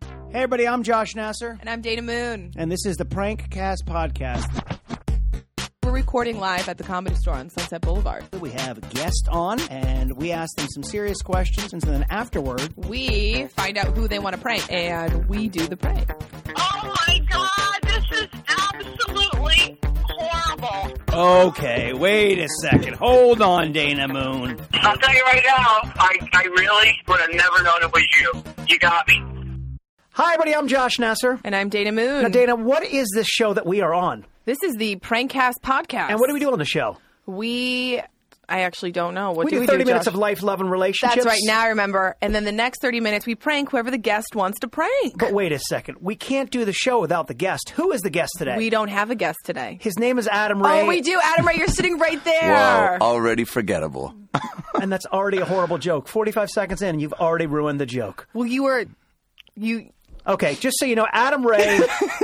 Hey, everybody, I'm Josh Nasser, And I'm Dana Moon. and this is the Prankcast podcast. We're recording live at the comedy store on Sunset Boulevard. We have a guest on, and we ask them some serious questions, and then afterward, We find out who they want to prank, and we do the prank. Oh my god, this is absolutely horrible. okay, wait a second, hold on, Dana Moon. I'll tell you right now, I, I really would have never known it was you. You got me. Hi, everybody, I'm Josh Nasser. And I'm Dana Moon. Now, Dana, what is this show that we are on, this is the Prankcast podcast. and what do we do on the show? We, I actually don't know. What We do do we 30 do, minutes Josh? of life, love, and relationships. That's right. Now I remember. And then the next 30 minutes, we prank whoever the guest wants to prank. But wait a second, we can't do the show without the guest. Who is the guest today? we don't have a guest today. His name is Adam Ray, Oh, we do. Adam Ray, you're sitting right Wow, there. already forgettable. and that's already a horrible joke. 45 seconds in, and you've already ruined the joke. Well, you were, you, Okay, just so you know, Adam Ray,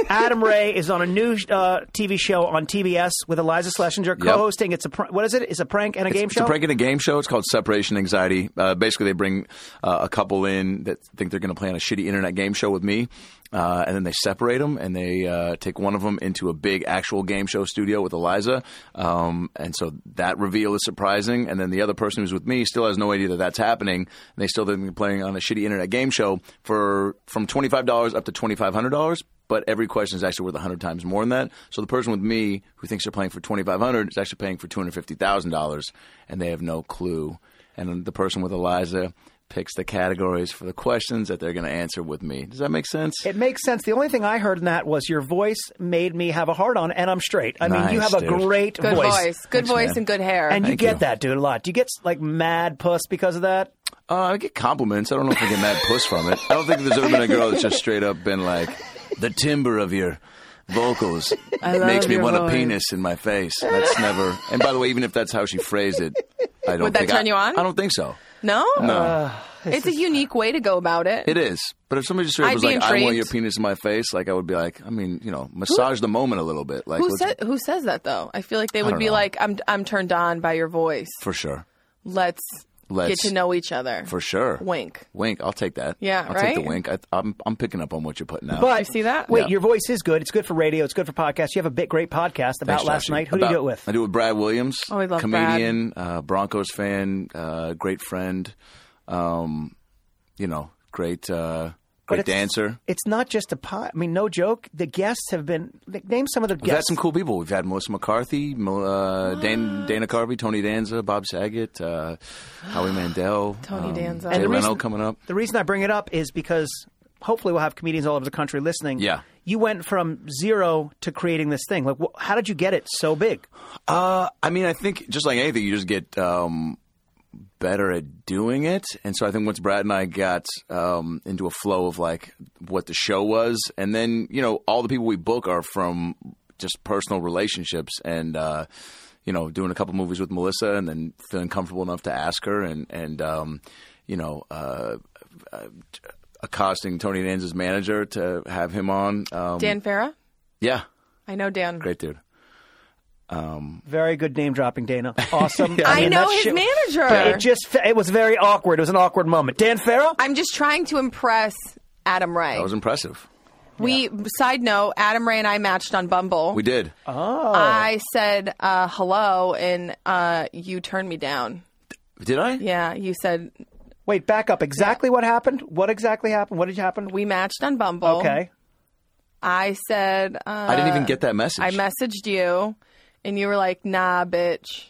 Adam Ray is on a new uh, TV show on TBS with Eliza Schlesinger co-hosting. It's a pr- what is it? It's a prank and a game it's show. a prank in a game show. It's called Separation Anxiety. Uh, basically, they bring uh, a couple in that think they're going to play on a shitty internet game show with me, uh, and then they separate them and they uh, take one of them into a big actual game show studio with Eliza. Um, and so that reveal is surprising. And then the other person who's with me still has no idea that that's happening. And they still think they're playing on a shitty internet game show for from twenty five dollars up to twenty five hundred dollars. But every question is actually worth hundred times more than that. So the person with me who thinks they're playing for twenty five hundred is actually paying for two hundred fifty thousand dollars, and they have no clue. And then the person with Eliza picks the categories for the questions that they're going to answer with me. Does that make sense? it makes sense. The only thing I heard in that was your voice made me have a heart on, and I'm straight. I mean, you Nice, have a dude. great good voice. Good voice man. and good hair. and you Thank get you. that, dude, a lot. Do you get like mad puss because of that? uh, I get compliments. I don't know if I get mad puss from it. I don't think there's ever been a girl that's just straight up been like, the timbre of your vocals I love makes me your want voice." a penis in my face. That's never. And by the way, even if that's how she phrased it, I don't Would that think turn I, you on? I don't think so. no? No. Uh, it's a unique way to go about it. It is. But if somebody just straight up I'd was be like, I intrigued. want your penis in my face, like I would be like, I mean, you know, massage the moment a little bit. Like Who let's- said who says that though? I feel like they would don't be know. like, "I'm I'm turned on by your voice. for sure. Let's, Let's- get to know each other." For sure. Wink. Wink. I'll take that. Yeah, I'll take right? the wink. I, I'm, I'm picking up on what you're putting out. But You see that? Wait, Yeah. your voice is good. It's good for radio. It's good for podcasts. You have a bit great podcast about Thanks, last Joshy. night. Who About- do you do it with? I do it with Brad Williams. Oh, I love Comedian, uh, Broncos fan, uh, great friend, um, you know, great, uh, great it's- dancer. It's not just a pod. I mean, no joke. The guests have been. Name some of the We've had guests. some cool people. We've had Melissa McCarthy, Mel- uh, Dan- Dana Carvey, Tony Danza, Bob Saget, uh, Howie Mandel, um, Tony Danza. Jay And the Leno reason- coming up. The reason I bring it up is because hopefully we'll have comedians all over the country listening. Yeah. You went from zero to creating this thing. Like, wh- how did you get it so big? Uh, I mean, I think just like anything, you just get um, better at doing it. And so I think once Brad and I got um, into a flow of like what the show was, and then you know all the people we book are from just personal relationships and. Uh, you know, doing a couple movies with Melissa, and then feeling comfortable enough to ask her, and and um, you know, uh, uh, accosting Tony Danza's manager to have him on. Um, Dan Farah? yeah, I know Dan. great dude. Very good name dropping, Dana. Awesome. I mean, know that his shit- manager. It just it was very awkward. It was an awkward moment. Dan Farrow. I'm just trying to impress Adam Ray. That was impressive. we side note, Adam Ray and I matched on Bumble. We did. Oh. I said uh, hello and uh, you turned me down. Did I? Yeah, you said Wait, back up. Exactly what happened? What exactly happened? What did happen? we matched on Bumble. okay. I said uh, I didn't even get that message. I messaged you and you were like, "Nah, bitch."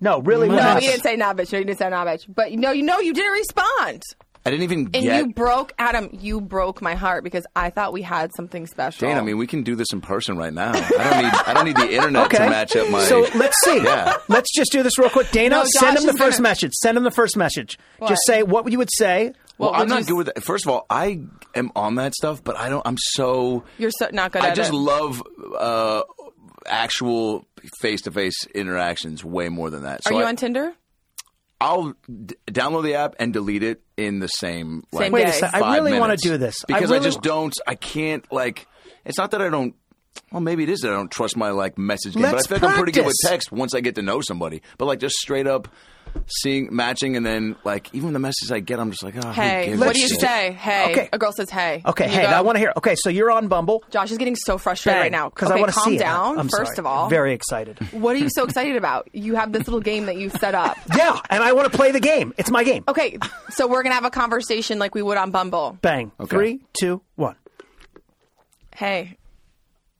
No, really. what No, happened? you didn't say nah, bitch. No, you didn't say nah, bitch. But no, you know, you didn't respond. I didn't even And get. you broke, Adam, you broke my heart because I thought we had something special. Dana, I mean, we can do this in person right now. I don't need. I don't need the internet Okay. to match up my. So let's see. Yeah. Let's just do this real quick. Dana, No, send Josh him the is 1st gonna- message. Send him the first message. What? Just say what you would say. well, What would I'm you not s- good with that. First of all, I am on that stuff, but I don't. I'm so. You're so not good I at just it. love uh, actual face-to-face interactions way more than that. Are So you I, on Tinder? I'll d- download the app and delete it in the same. Like, Same Wait a day. sec- I five really wanna minutes. do this. I because I, really- just don't. I can't like. It's not that I don't well, maybe it is that I don't trust my like message game, Let's but I think I'm pretty good with practice. text once I get to know somebody. But like just straight up seeing matching and then like even the messages I get, I'm just like, oh, who Hey, gives what a do you shit? say? Hey, Okay. a girl says, "Hey." Okay, You hey, go. I want to hear. Okay, so you're on Bumble. Josh is getting so frustrated right now because okay, I want to calm see it. down. I'm first sorry. of all, very excited. what are you so excited about? You have this little game that you set up. yeah, and I want to play the game. It's my game. Okay, so we're gonna have a conversation like we would on Bumble. Bang. Okay. Three, two, one. Hey,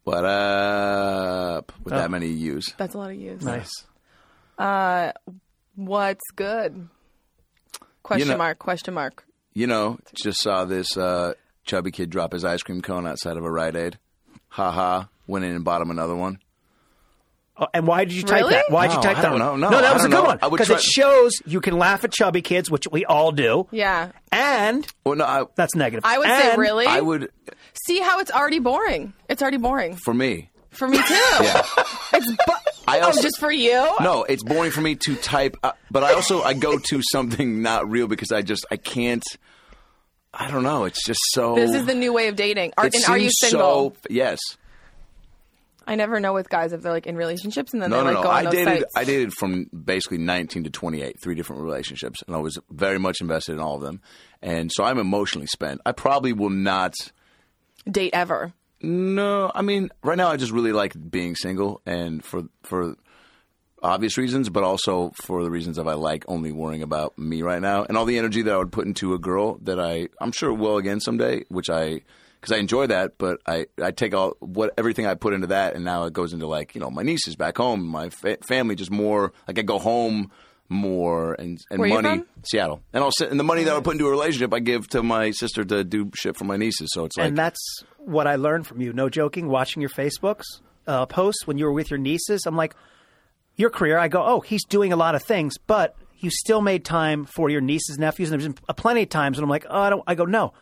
What up? With Oh. that many U's. that's a lot of use. Nice. What's good? Question You know- mark? Question mark? You know, just saw this uh, chubby kid drop his ice cream cone outside of a Rite Aid. Ha ha. Went in and bought him another one. Oh, and why did you type Really? that? Why did you No, type I that? don't one? know. No, that I was a don't good know. one I would because it try- shows you can laugh at chubby kids, which we all do, Yeah, and Well, no, I, that's negative. I would say And- really. I would, see how it's already boring. It's already boring for me. for me too. Yeah. It's bu- I oh, also- just for you. No, it's boring for me to type, uh, but I also I go to something not real because I just I can't. I don't know. It's just so. This is the new way of dating. Are, it and are you seems single? So, yes. I never know with guys if they're like in relationships and then No, they like no, no. go on I those dated. sites. I dated from basically 19 to 28, three different relationships, and I was very much invested in all of them. And so I'm emotionally spent. I probably will not. date ever. No, I mean, right now I just really like being single, and for for obvious reasons, but also for the reasons of I like only worrying about me right now, and all the energy that I would put into a girl that I I'm sure will again someday, which I because I enjoy that, but I I take all what everything I put into that, and now it goes into like you know my nieces back home, my fa- family, just more like I go home more and and Where you money from? Seattle, and I'll sit, and the money that I would put into a relationship I give to my sister to do shit for my nieces, so it's like and that's what I learned from you. No joking. Watching your Facebooks uh, posts when you were with your nieces, I'm like, your career. I go, oh, he's doing a lot of things, but you still made time for your nieces, nephews, and there's been plenty of times when I'm like, oh, I don't. I go, no,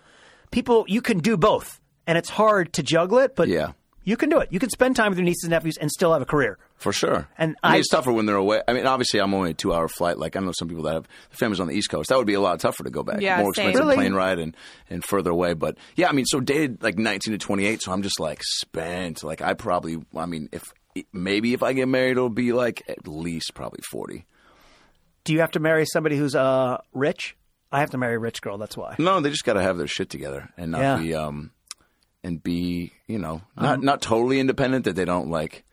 people, you can do both, and it's hard to juggle it, but Yeah. you can do it. You can spend time with your nieces and nephews and still have a career. For sure. And I mean, I- it's tougher when they're away. I mean, obviously, I'm only a two hour flight. Like, I know some people that have their families on the East Coast. That would be a lot tougher to go back. Yeah, More same. expensive Really? plane ride and, and further away. But yeah, I mean, so dated like 19 to 28. So I'm just like spent. Like, I probably, I mean, if maybe if I get married, it'll be like at least probably 40. Do you have to marry somebody who's uh, rich? I have to marry a rich girl. That's why. No, they just got to have their shit together and not Yeah. Um, be, um, and be, you know, not, not totally independent that they don't like.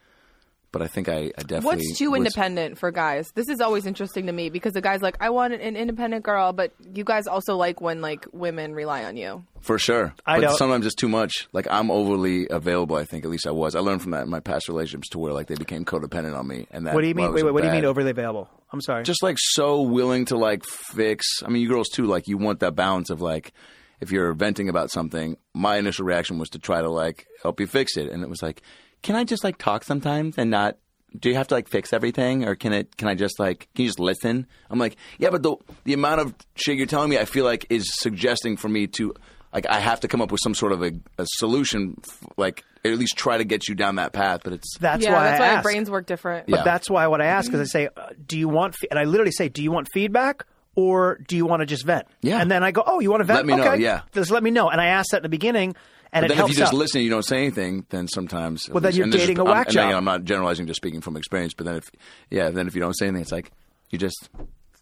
But I think I, I definitely. What's too was- independent for guys? This is always interesting to me because the guy's like, I want an independent girl, but you guys also like when like women rely on you. For sure. I but don't- sometimes it's too much. Like I'm overly available, I think, at least I was. I learned from that in my past relationships to where like they became codependent on me and that What do you mean? well, it was wait, wait. What do you bad. mean overly available? I'm sorry. just like so willing to like fix I mean you girls too, like you want that balance of like if you're venting about something, my initial reaction was to try to like help you fix it. And it was like, Can I just like talk sometimes and not do you have to like fix everything or can it can I just like can you just listen? I'm like, Yeah, but the the amount of shit you're telling me I feel like is suggesting for me to like I have to come up with some sort of a, a solution, f- like at least try to get you down that path. But it's that's yeah, why that's I why our asked. brains work different. Yeah. That's why what I ask is I say, uh, do you want, fe-? and I literally say, do you want feedback or do you want to just vent? Yeah. And then I go, oh, you want to vent? Let me know, okay. yeah. Just let me know. And I asked that in the beginning and it But then if helps you just out. listen and you don't say anything, then sometimes. Well, then you're dating a whack I'm, and again, job. I'm not generalizing, just speaking from experience. But then if, yeah, then if you don't say anything, it's like you just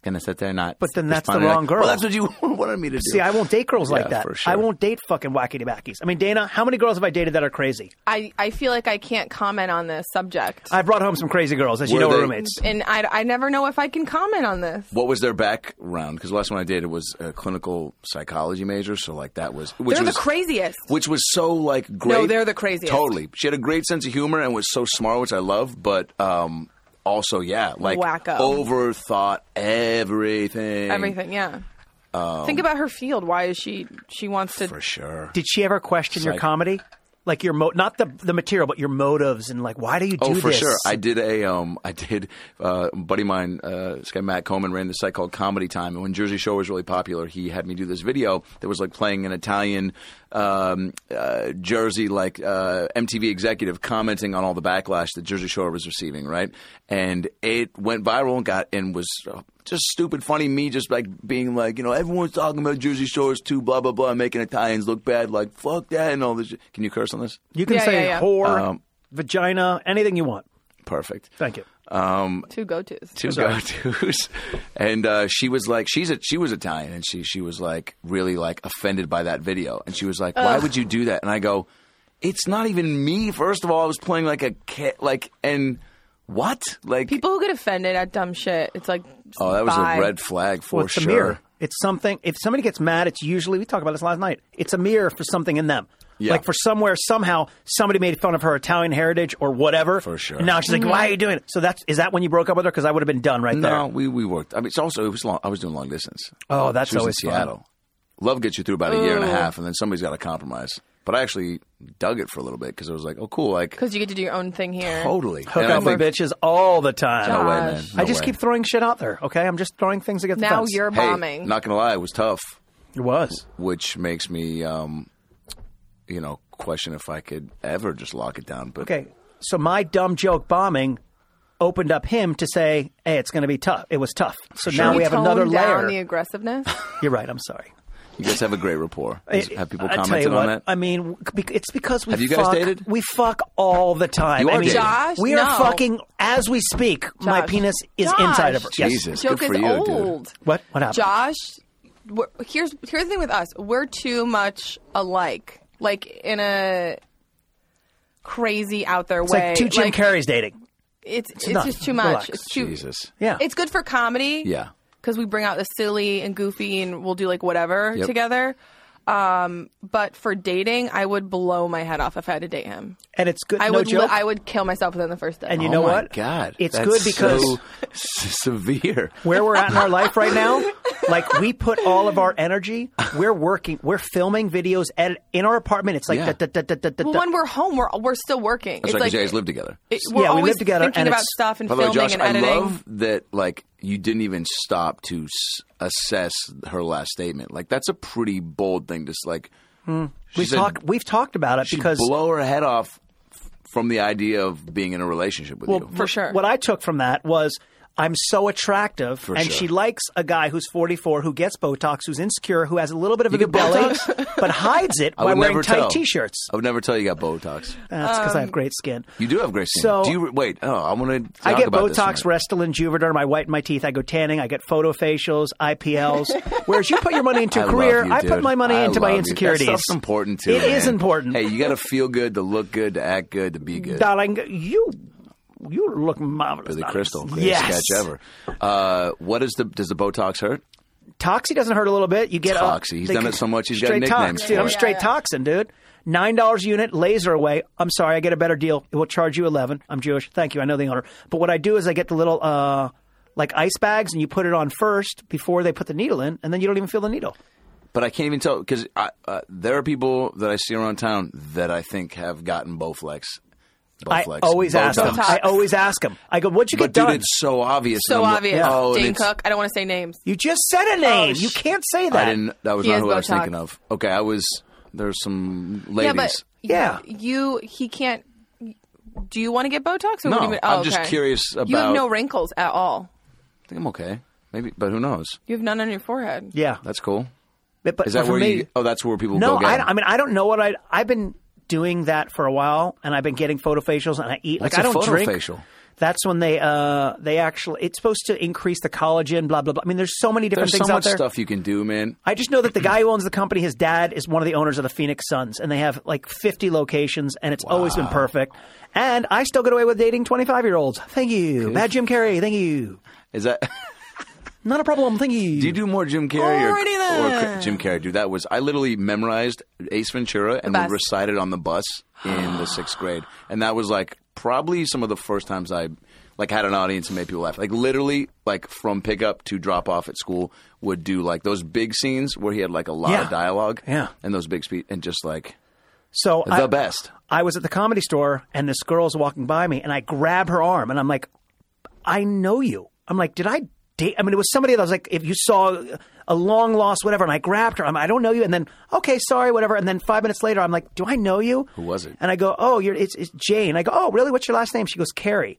gonna sit there and not. But then that's the respond. You're wrong like, girl. Well, that's what you wanted me to do. See, I won't date girls like Yeah, that. for sure. I won't date fucking wackity backies. I mean, Dana, how many girls have I dated that are crazy? I, I feel like I can't comment on this subject. I brought home some crazy girls, as you Were know, they- we're roommates. and I, I never know if I can comment on this. What was their background? Because the last one I dated was a clinical psychology major, so like that was which They're was the craziest. which was so like great. they're the craziest. Totally, she had a great sense of humor and was so smart, which I love. But um, also, yeah, like Wacko. overthought everything. Everything, yeah. Um, Think about her field. Why is she? She wants to. for sure. Did she ever question your Psych- comedy? Like your mo- not the the material, but your motives and like why do you do Oh, for this? sure. I did a um, I did uh, a buddy of mine, uh, this guy Matt Coleman ran this site called Comedy Time, and when Jersey Shore was really popular, he had me do this video that was like playing an Italian um, uh, Jersey like uh, MTV executive commenting on all the backlash that Jersey Shore was receiving, right? And it went viral and got and was. Uh, just stupid, funny me, just like being like, you know, everyone's talking about Jersey Shores too, blah blah blah, making Italians look bad, like fuck that and all this. shit. Can you curse on this? you can Yeah, say yeah, yeah. whore. Um, vagina, anything you want. Perfect. Thank you. Two go tos. two go tos, and uh, she was like, she's a, she was Italian, and she she was like really like offended by that video, and she was like, why would you do that? And I go, it's not even me. First of all, I was playing like a kid, like and what like People who get offended at dumb shit, it's like oh that was bye. a red flag for Well, it's a sure. mirror. It's something. If somebody gets mad, it's usually we talked about this last night. It's a mirror for something in them. Yeah. Like for somewhere, somehow, somebody made fun of her Italian heritage or whatever. For sure. And now she's like, Mm-hmm. "Why are you doing it?" So that's is that when you broke up with her? Because I would have been done right No, there. we we worked. I mean, it's also it was long. I was doing long distance. Oh, that's She was in always fun. Seattle. Love gets you through about a year and a half, and then somebody's got to compromise. But I actually dug it for a little bit because it was like, oh, cool, like because you get to do your own thing here. totally. Hook And I'm up with like, bitches all the time. no way, man. Gosh. No I just way. keep throwing shit out there. Okay, I'm just throwing things against the Now fence. you're Hey, bombing. not gonna lie, it was tough, It was. which makes me, um, you know, question if I could ever just lock it down. But Okay. So my dumb joke bombing opened up him to say, "Hey, it's going to be tough. It was tough." So sure. now Can we we have another tone down layer. the aggressiveness. You're right. I'm sorry. you guys have a great rapport. Has- It- have people Eh, I tell you commented on what, that? I mean, w- bec- it's because we Have you guys fuck, dated? We fuck all the time. You I are mean, dating. Josh, we are no. fucking as we speak. My Josh. penis is Josh. inside of her. Yes. Jesus, Joke good is for you, dude. old. What? What happened? Josh, we're- here's here's the thing with us. We're too much alike, like in a crazy out there It's way. like two Jim Like, Carrey's dating. It's it's, enough. just too much. Relax. It's too. Jesus. Yeah. It's good for comedy. Yeah. Because we bring out the silly and goofy, and we'll do like whatever Yep. together. Um, but for dating, I would blow my head off if I had to date him. and it's good. I no would li- joke. I would kill myself within the first day. And you oh know my what? God, It's that's good because so s- severe. where we're at in our life right now, like we put all of our energy. We're working. We're filming videos at in our apartment. It's like Yeah. da, da, da, da, da, well, da. when we're home, we're we're still working. That's it's right, 'cause like you guys E. live together. it- we're Yeah, we live always together, thinking and about it's- stuff and By the way, filming Josh, and I editing. love that like you didn't even stop to s- assess her last statement. Like that's a pretty bold thing. Just like she we've said, talked. We've talked about it she'd because blow her head off f- from the idea of being in a relationship with you. for sure. What I took from that was I'm so attractive, and sure. she likes a guy who's 44, who gets Botox, who's insecure, who has a little bit of a big get belly, Botox? but hides it I by would wearing never tight tell. t-shirts. I would never tell you got Botox. That's because I have great skin. You do have great skin. so- do you re- wait? Oh, I want to. I get about this Botox, one. Restylane, Juvederm. I whiten my teeth. I go tanning. I get photo facials, IPLs. Whereas you put your money into I your love career, you, I put dude. my money I into my love you. That insecurities. stuff's important too. It man. is important. Mm, Hey, you got to feel good, to look good, to act good, to be good. darling. You, you look marvelous. Billy darling. Crystal, greatest yes. sketch ever. Uh, what is the does the Botox hurt? Toxie doesn't hurt a little bit. You get a- Toxie. He's they- done it so much, he's got straight nicknames tox, for dude. I'm it. straight Yeah, yeah. toxin, dude. Nine dollars a unit, laser away. I'm sorry, I get a better deal. It will charge you eleven. I'm Jewish. Thank you. I know the owner. But what I do is I get the little uh, like ice bags, and you put it on first before they put the needle in, and then you don't even feel the needle. But I can't even tell because uh, there are people that I see around town that I think have gotten Bowflex. Bowflex, I always ask them. Botox. I always ask them. I go, "What'd you But get dude, done?" it's so obvious. so And I'm- obvious. Oh, and Dane it's- Cook. I don't want to say names. you just said a name. Oh, sh- you can't say that. I didn't. That was He not has who I was Botox. thinking of. Okay, I was. There's some ladies. Yeah. Yeah, but you he can't. Do you want to get Botox? Or No, what do you mean? I'm oh, just okay. curious You about- have no wrinkles at all. I think I'm okay. Maybe, but who knows? You have none on your forehead. Yeah, That's cool. but, but Is that for where me, you? Oh, that's where people No, go get. I, it. I mean I don't know what I. I've been doing that for a while, and I've been getting photo facials, and I eat What's like I a don't photo drink. facial? That's when they uh they actually it's supposed to increase the collagen, blah blah blah. I mean, there's so many different There's so things out much there. stuff you can do, man. I just know that the guy who owns the company, his dad is one of the owners of the Phoenix Suns, and they have like 50 locations, and it's always been perfect. And I still get away with dating 25 year olds. Thank you, bad Jim Carrey. Thank you, Is that? not a problem. Thank you. Do you do more Jim Carrey or- Alrighty or, then. Jim Carrey? Dude, that was I literally memorized Ace Ventura and would best. recite it on the bus in the sixth grade, and that was like probably some of the first times I like had an audience and made people laugh. Like literally, like from pickup to drop off at school, would do like those big scenes where he had like a lot Yeah. of dialogue, Yeah. and those big speech, and just like so the I, best. I was at the comedy store, and this girl's walking by me, and I grab her arm, and I'm like, I know you. I'm like, did I date? I mean, it was somebody that I was like, if you saw a long lost whatever, and I grabbed her, I'm, I don't know you. And then, okay, sorry, whatever. And then five minutes later, I'm like, do I know you? Who was it? And I go, oh, you're, it's, it's Jane. I go, oh, really? What's your last name? She goes, Carrie.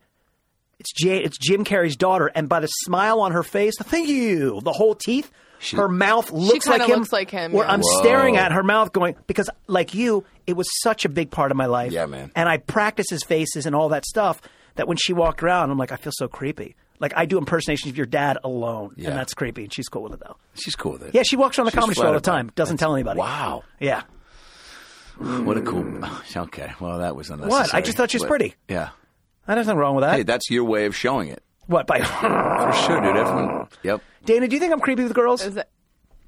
It's Jane. It's Jim Carrey's daughter. And by the smile on her face, thank you. The whole teeth. her mouth looks kinda like him. looks like him, Where yeah. I'm Whoa. staring at her mouth, going because like you, it was such a big part of my life. Yeah, man. And I practiced his faces and all that stuff. That when she walked around, I'm like, I feel so creepy. Like I do impersonations of your dad alone, Yeah. and that's creepy. And she's cool with it though. She's cool with it. Yeah, she walks on the She's comedy show all the flattered by time. it. Doesn't tell anybody. Wow. Yeah. What a cool. Okay. Well, that was unnecessary. I just thought she was But- pretty. Yeah. There's nothing wrong with that. Hey, that's your way of showing it. what by For sure, dude. Everyone. Yep. Dana? Do you think I'm creepy with girls? Is it-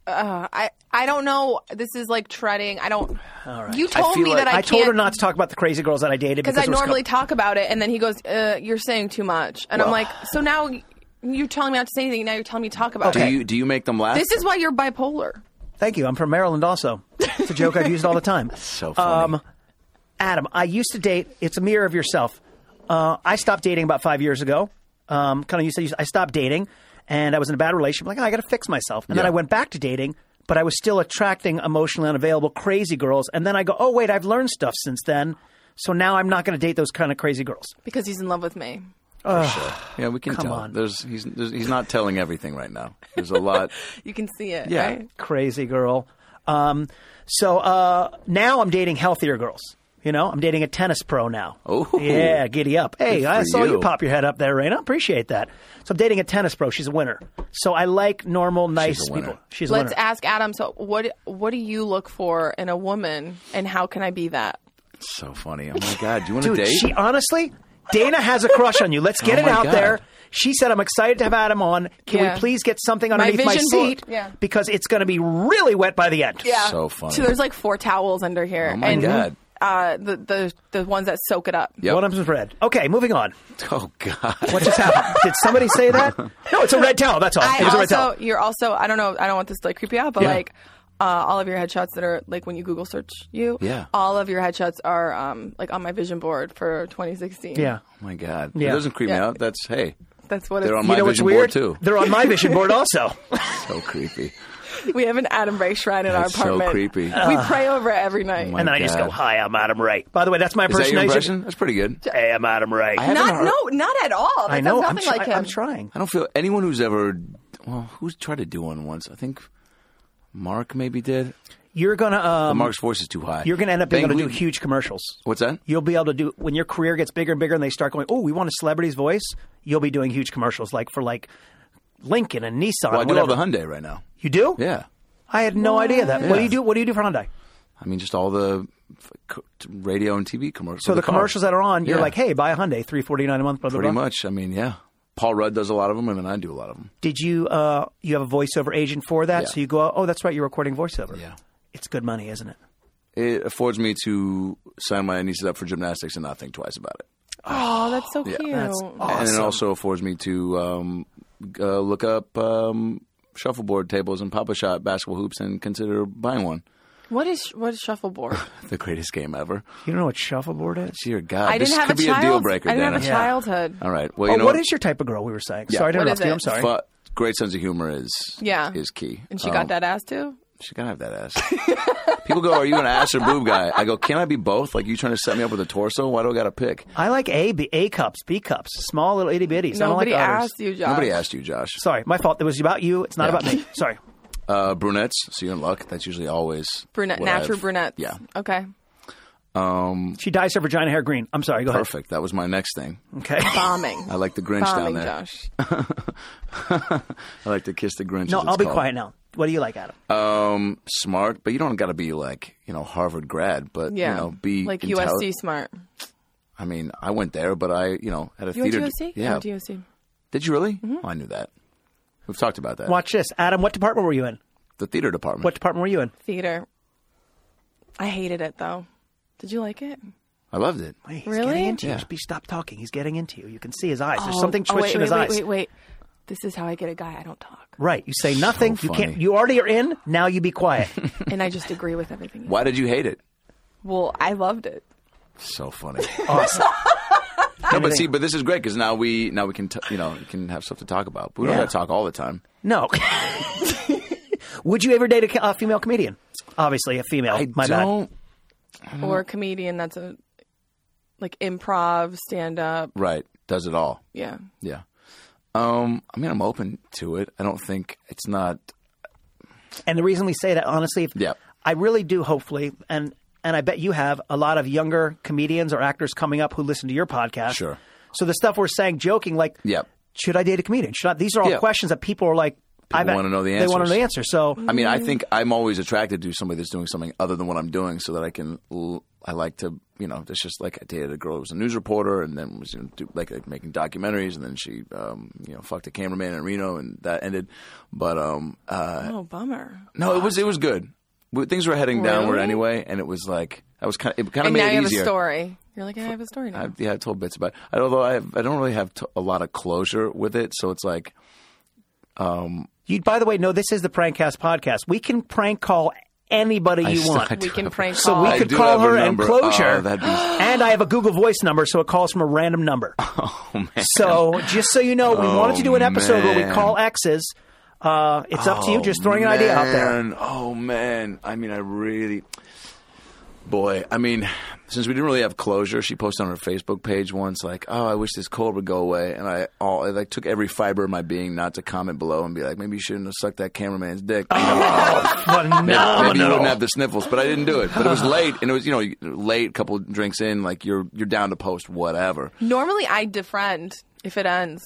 uh, I I don't know. This is like treading. I don't. You I told feel me like- that I, I told her can't- not to talk about the crazy girls that I dated because because I it was normally co- talk about it, and then he goes, uh, "You're saying too much," and I'm Well- like, "So now y- you're telling me not to say anything. Now you're telling me to talk about Do Okay. it. you do you make them laugh? This is why you're bipolar." Thank you. I'm from Maryland, also. It's a joke I've used all the time. so funny. Um, Adam, I used to date. It's a mirror of yourself. Uh, I stopped dating about five years ago. Um, kind of you said you- I stopped dating, and I was in a bad relationship. Like "Oh, I got to fix myself, and then Yeah. I went back to dating, but I was still attracting emotionally unavailable crazy girls. And then I go, oh wait, I've learned stuff since then. So now I'm not going to date those kind of crazy girls. Because he's in love with me. yeah, we can come tell. on. There's he's there's, he's not telling everything right now. There's a lot. You can see it. Yeah. Right? crazy girl. Um, so uh, now I'm dating healthier girls. You know, I'm dating a tennis pro now. Ooh. yeah, giddy up! Hey, Good I for saw you. you. pop your head up there, Raina. Appreciate that. So I'm dating a tennis pro. She's a winner. So I like normal, nice a winner. people. She's a Let's winner. ask Adam. So what what do you look for in a woman, and how can I be that? So funny. Oh my god. Do you want to Dude, date? she honestly, Dana has a crush on you. Let's get Oh it my out God. there. She said, "I'm excited to have Adam on. Can Yeah. we please get something My underneath my, vision board. seat? Yeah. Because it's going to be really wet by the end." So funny. So there's like four towels under here. Oh my and, God. Uh, the the the ones that soak it up. Yep. One of them's red. Okay, moving on. oh god. What just happened? Did somebody say that? No, it's a red towel. That's all. I it was a red towel. also, you're also, I don't know, I don't want this to like creep you out, but Yeah. like uh, all of your headshots that are like when you Google search you, Yeah. all of your headshots are um, like on my vision board for 2016. Yeah. Oh my god. Yeah. It doesn't creep me Yeah. out. That's hey. That's what They're on it's, my you know what's vision weird? board too. They're on my vision board also. so creepy. we have an Adam Ray shrine in That's so our apartment. creepy. We pray over it every night. and then I just go, God. "Hi, I'm Adam Ray." By the way, that's my Is that impersonation. your impression? That's pretty good. Hey, I'm Adam Ray. I, haven't not heard- no, not at all. That know. sounds I'm, nothing try- like him. I'm trying. I don't feel anyone who's ever well, who's tried to do one once. I think Mark maybe did. You're gonna um, Mark's voice is too high. you're gonna end up being Bang able to do Lee- huge commercials. What's that? You'll be able to do when your career gets bigger and bigger, and they start going, "Oh, we want a celebrity's voice." You'll be doing huge commercials, like for like Lincoln and Nissan. Well, I do whatever. all the Hyundai right now. you do? Yeah. I had no idea that. What do Yeah. you do? What do you do for Hyundai? I mean, just all the f- co- t- radio and TV commercials. So the, commercials that are on, you're Yeah. like, "Hey, buy a Hyundai, three forty nine a month." Blah, blah, pretty blah. much. I mean, yeah. Paul Rudd does a lot of them, and then I do a lot of them. did you uh, you have a voiceover agent for that? Yeah. So you go, out, oh, that's right, you're recording voiceover. Yeah. it's good money, isn't it? It affords me to sign my nieces up for gymnastics and not think twice about it. Oh, that's so cute. That's And it awesome. also affords me to um, g- uh, look up um, shuffleboard tables and Papa Shot basketball hoops and consider buying one. What is what is shuffleboard? The greatest game ever. You don't know what shuffleboard is? Dear God, I this didn't have could a be child. a deal breaker, I didn't Dana. have a childhood. All right. Well, you oh, know, what is your type of girl? We were saying. Sorry, I didn't What is interrupt you. it? I'm sorry. fu- great sense of humor is Yeah. is key. And she Um, got that ass too. She's gotta have that ass. People go, "Are you an ass or boob guy?" I go, "Can I be both?" Like you trying to set me up with a torso? Why do I gotta pick? I like A, B, A cups, B cups, small little itty bitties. I don't like Nobody the others. asked you, Josh. Nobody asked you, Josh. Sorry, my fault. It was about you. It's not Yeah. about me. Sorry. Uh, brunettes, so you're in luck. That's usually always Brunette, what natural I've- brunettes. Yeah, Okay. She dyes her vagina hair green. I'm sorry. Go perfect. That was my next thing. ahead. Okay. Bombing. I like the Grinch down bombing, there. Josh. I like to kiss the Grinch. No, as it's I'll be called. quiet now. What do you like, Adam? Um, smart, but you don't gotta be like you know Harvard grad, but Yeah. you know be like intelli- USC smart. I mean, I went there, but I you know had a You went theater. to USC? Yeah. Oh, USC. Did you really? Mm-hmm. Oh, I knew that. We've talked about that. Watch this, Adam. What department were you in? The theater department. What department were you in? Theater. I hated it though. Did you like it? I loved it. Wait, he's Really? getting into you. Yeah. Just be, stop talking. He's getting into you. You can see his eyes. There's Oh, something oh, twitched wait, in wait, his wait, eyes. Wait, wait, This is how I get a guy. I don't talk, Right. You say nothing. you funny. can't. You already are in. Now you be quiet. and I just agree with everything. you Why did you hate it? Well, I loved it. So funny. awesome. no, but see, but this is great because now we now we can t- you know we can have stuff to talk about. But we Yeah. don't got to talk all the time. No. Would you ever date a, co- a female comedian? Obviously, a female. I my bad. don't. Mm-hmm. Or a comedian that's a like improv, stand up. Right, does it all. Yeah. Yeah. Um, I mean, I'm open to it. I don't think it's not. And the reason we say that, honestly, if- Yep. I really do. Hopefully, and and I bet you have a lot of younger comedians or actors coming up who listen to your podcast. Sure. So the stuff we're saying, joking, like, Yep. should I date a comedian? Should I, these are all Yeah. questions that people are like, I bet- wanna know the They want to answers. know the answer. So I mean, I think I'm always attracted to somebody that's doing something other than what I'm doing, so that I can. l- I like to, you know, it's just like I dated a girl who was a news reporter, and then was you know, do, like, like making documentaries, and then she, um, you know, fucked a cameraman in Reno, and that ended. But um, uh, Oh, bummer. no, it was it was good. We- Things were heading downward Really? anyway, and it was like I was kind of it kind of And made now you it have easier. a story. You're like, I have a story now. I've, yeah, I told bits about. It. I- Although I have, I don't really have t- a lot of closure with it, so it's like you, by the way, no, this is the Prankcast podcast. We can prank call anybody you still- want. I do we can have- prank so call. we I could do call have a her and number. closure. Oh, that'd be- and I have a Google voice number, so it calls from a random number. Oh man! So just so you know, we wanted to do an episode where we Oh, man. call exes. Uh, it's up to you. Just throwing an idea out there. oh, Man. Oh man, I mean, I really, boy, I mean, since we didn't really have closure, she posted on her Facebook page once, like, "Oh, I wish this cold would go away," and I all I like took every fiber of my being not to comment below and be like, "Maybe you shouldn't have sucked that cameraman's dick." Maybe, maybe you Phenomenal. wouldn't have the sniffles, but I didn't do it. But it was late, and it was you know late, couple drinks in, like you're you're down to post whatever. Normally, I defriend if it ends.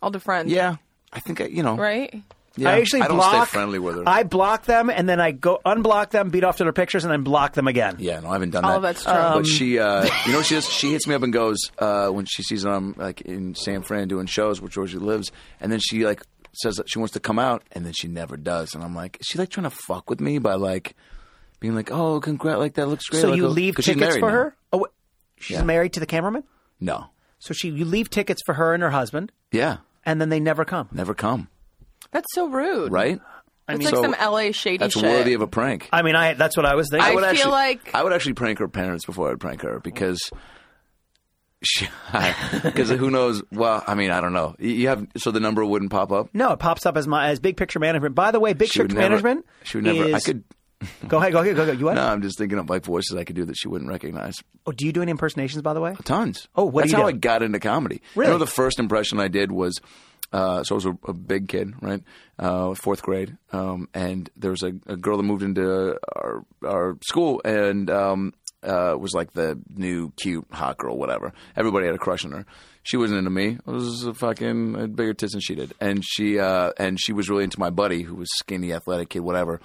I'll defriend. Yeah, I think I, you know. Right? Yeah, I usually don't block. stay friendly with her. I block them and then I go unblock them, beat off to their pictures, and then block them again. Yeah, no, I haven't done that. All that's true. Um, but she, uh, you know, what she does, she hits me up and goes uh, when she sees that I'm like in San Fran doing shows where Georgie lives, and then she like says that she wants to come out, and then she never does, and I'm like, is she like trying to fuck with me by like being like, oh, congrats, like that looks great. So like, you oh, leave 'cause she's tickets married for now. her. Oh, wait, she's Yeah. married to the cameraman. No, So she, you leave tickets for her and her husband, yeah, and then they never come. never come, That's so rude. right? It's mean- like So some LA shady That's shit. worthy of a prank. I mean, I that's what I was thinking. I would feel actually, like- I would actually prank her parents before I'd prank her because she because who knows? Well, I mean, I don't know. You- You have so the number wouldn't pop up. No, it pops up as my as big picture management. By the way, big She would picture never- management. She would never. I is- could. go ahead, go ahead, go ahead. You what? No, I'm just thinking of like voices I could do that she wouldn't recognize. Oh, do you do any impersonations? By the way, Tons. Oh, what do That's you how do? I got into comedy. Really? You know, the first impression I did was, uh, so I was a, a big kid, right? Uh, fourth grade, um, and there was a, a girl that moved into our our school, and um, uh, was like the new cute hot girl, whatever. Everybody had a crush on her. She wasn't into me. I was a fucking I had bigger tits than she did, and she uh, and she was really into my buddy, who was skinny, athletic kid, whatever.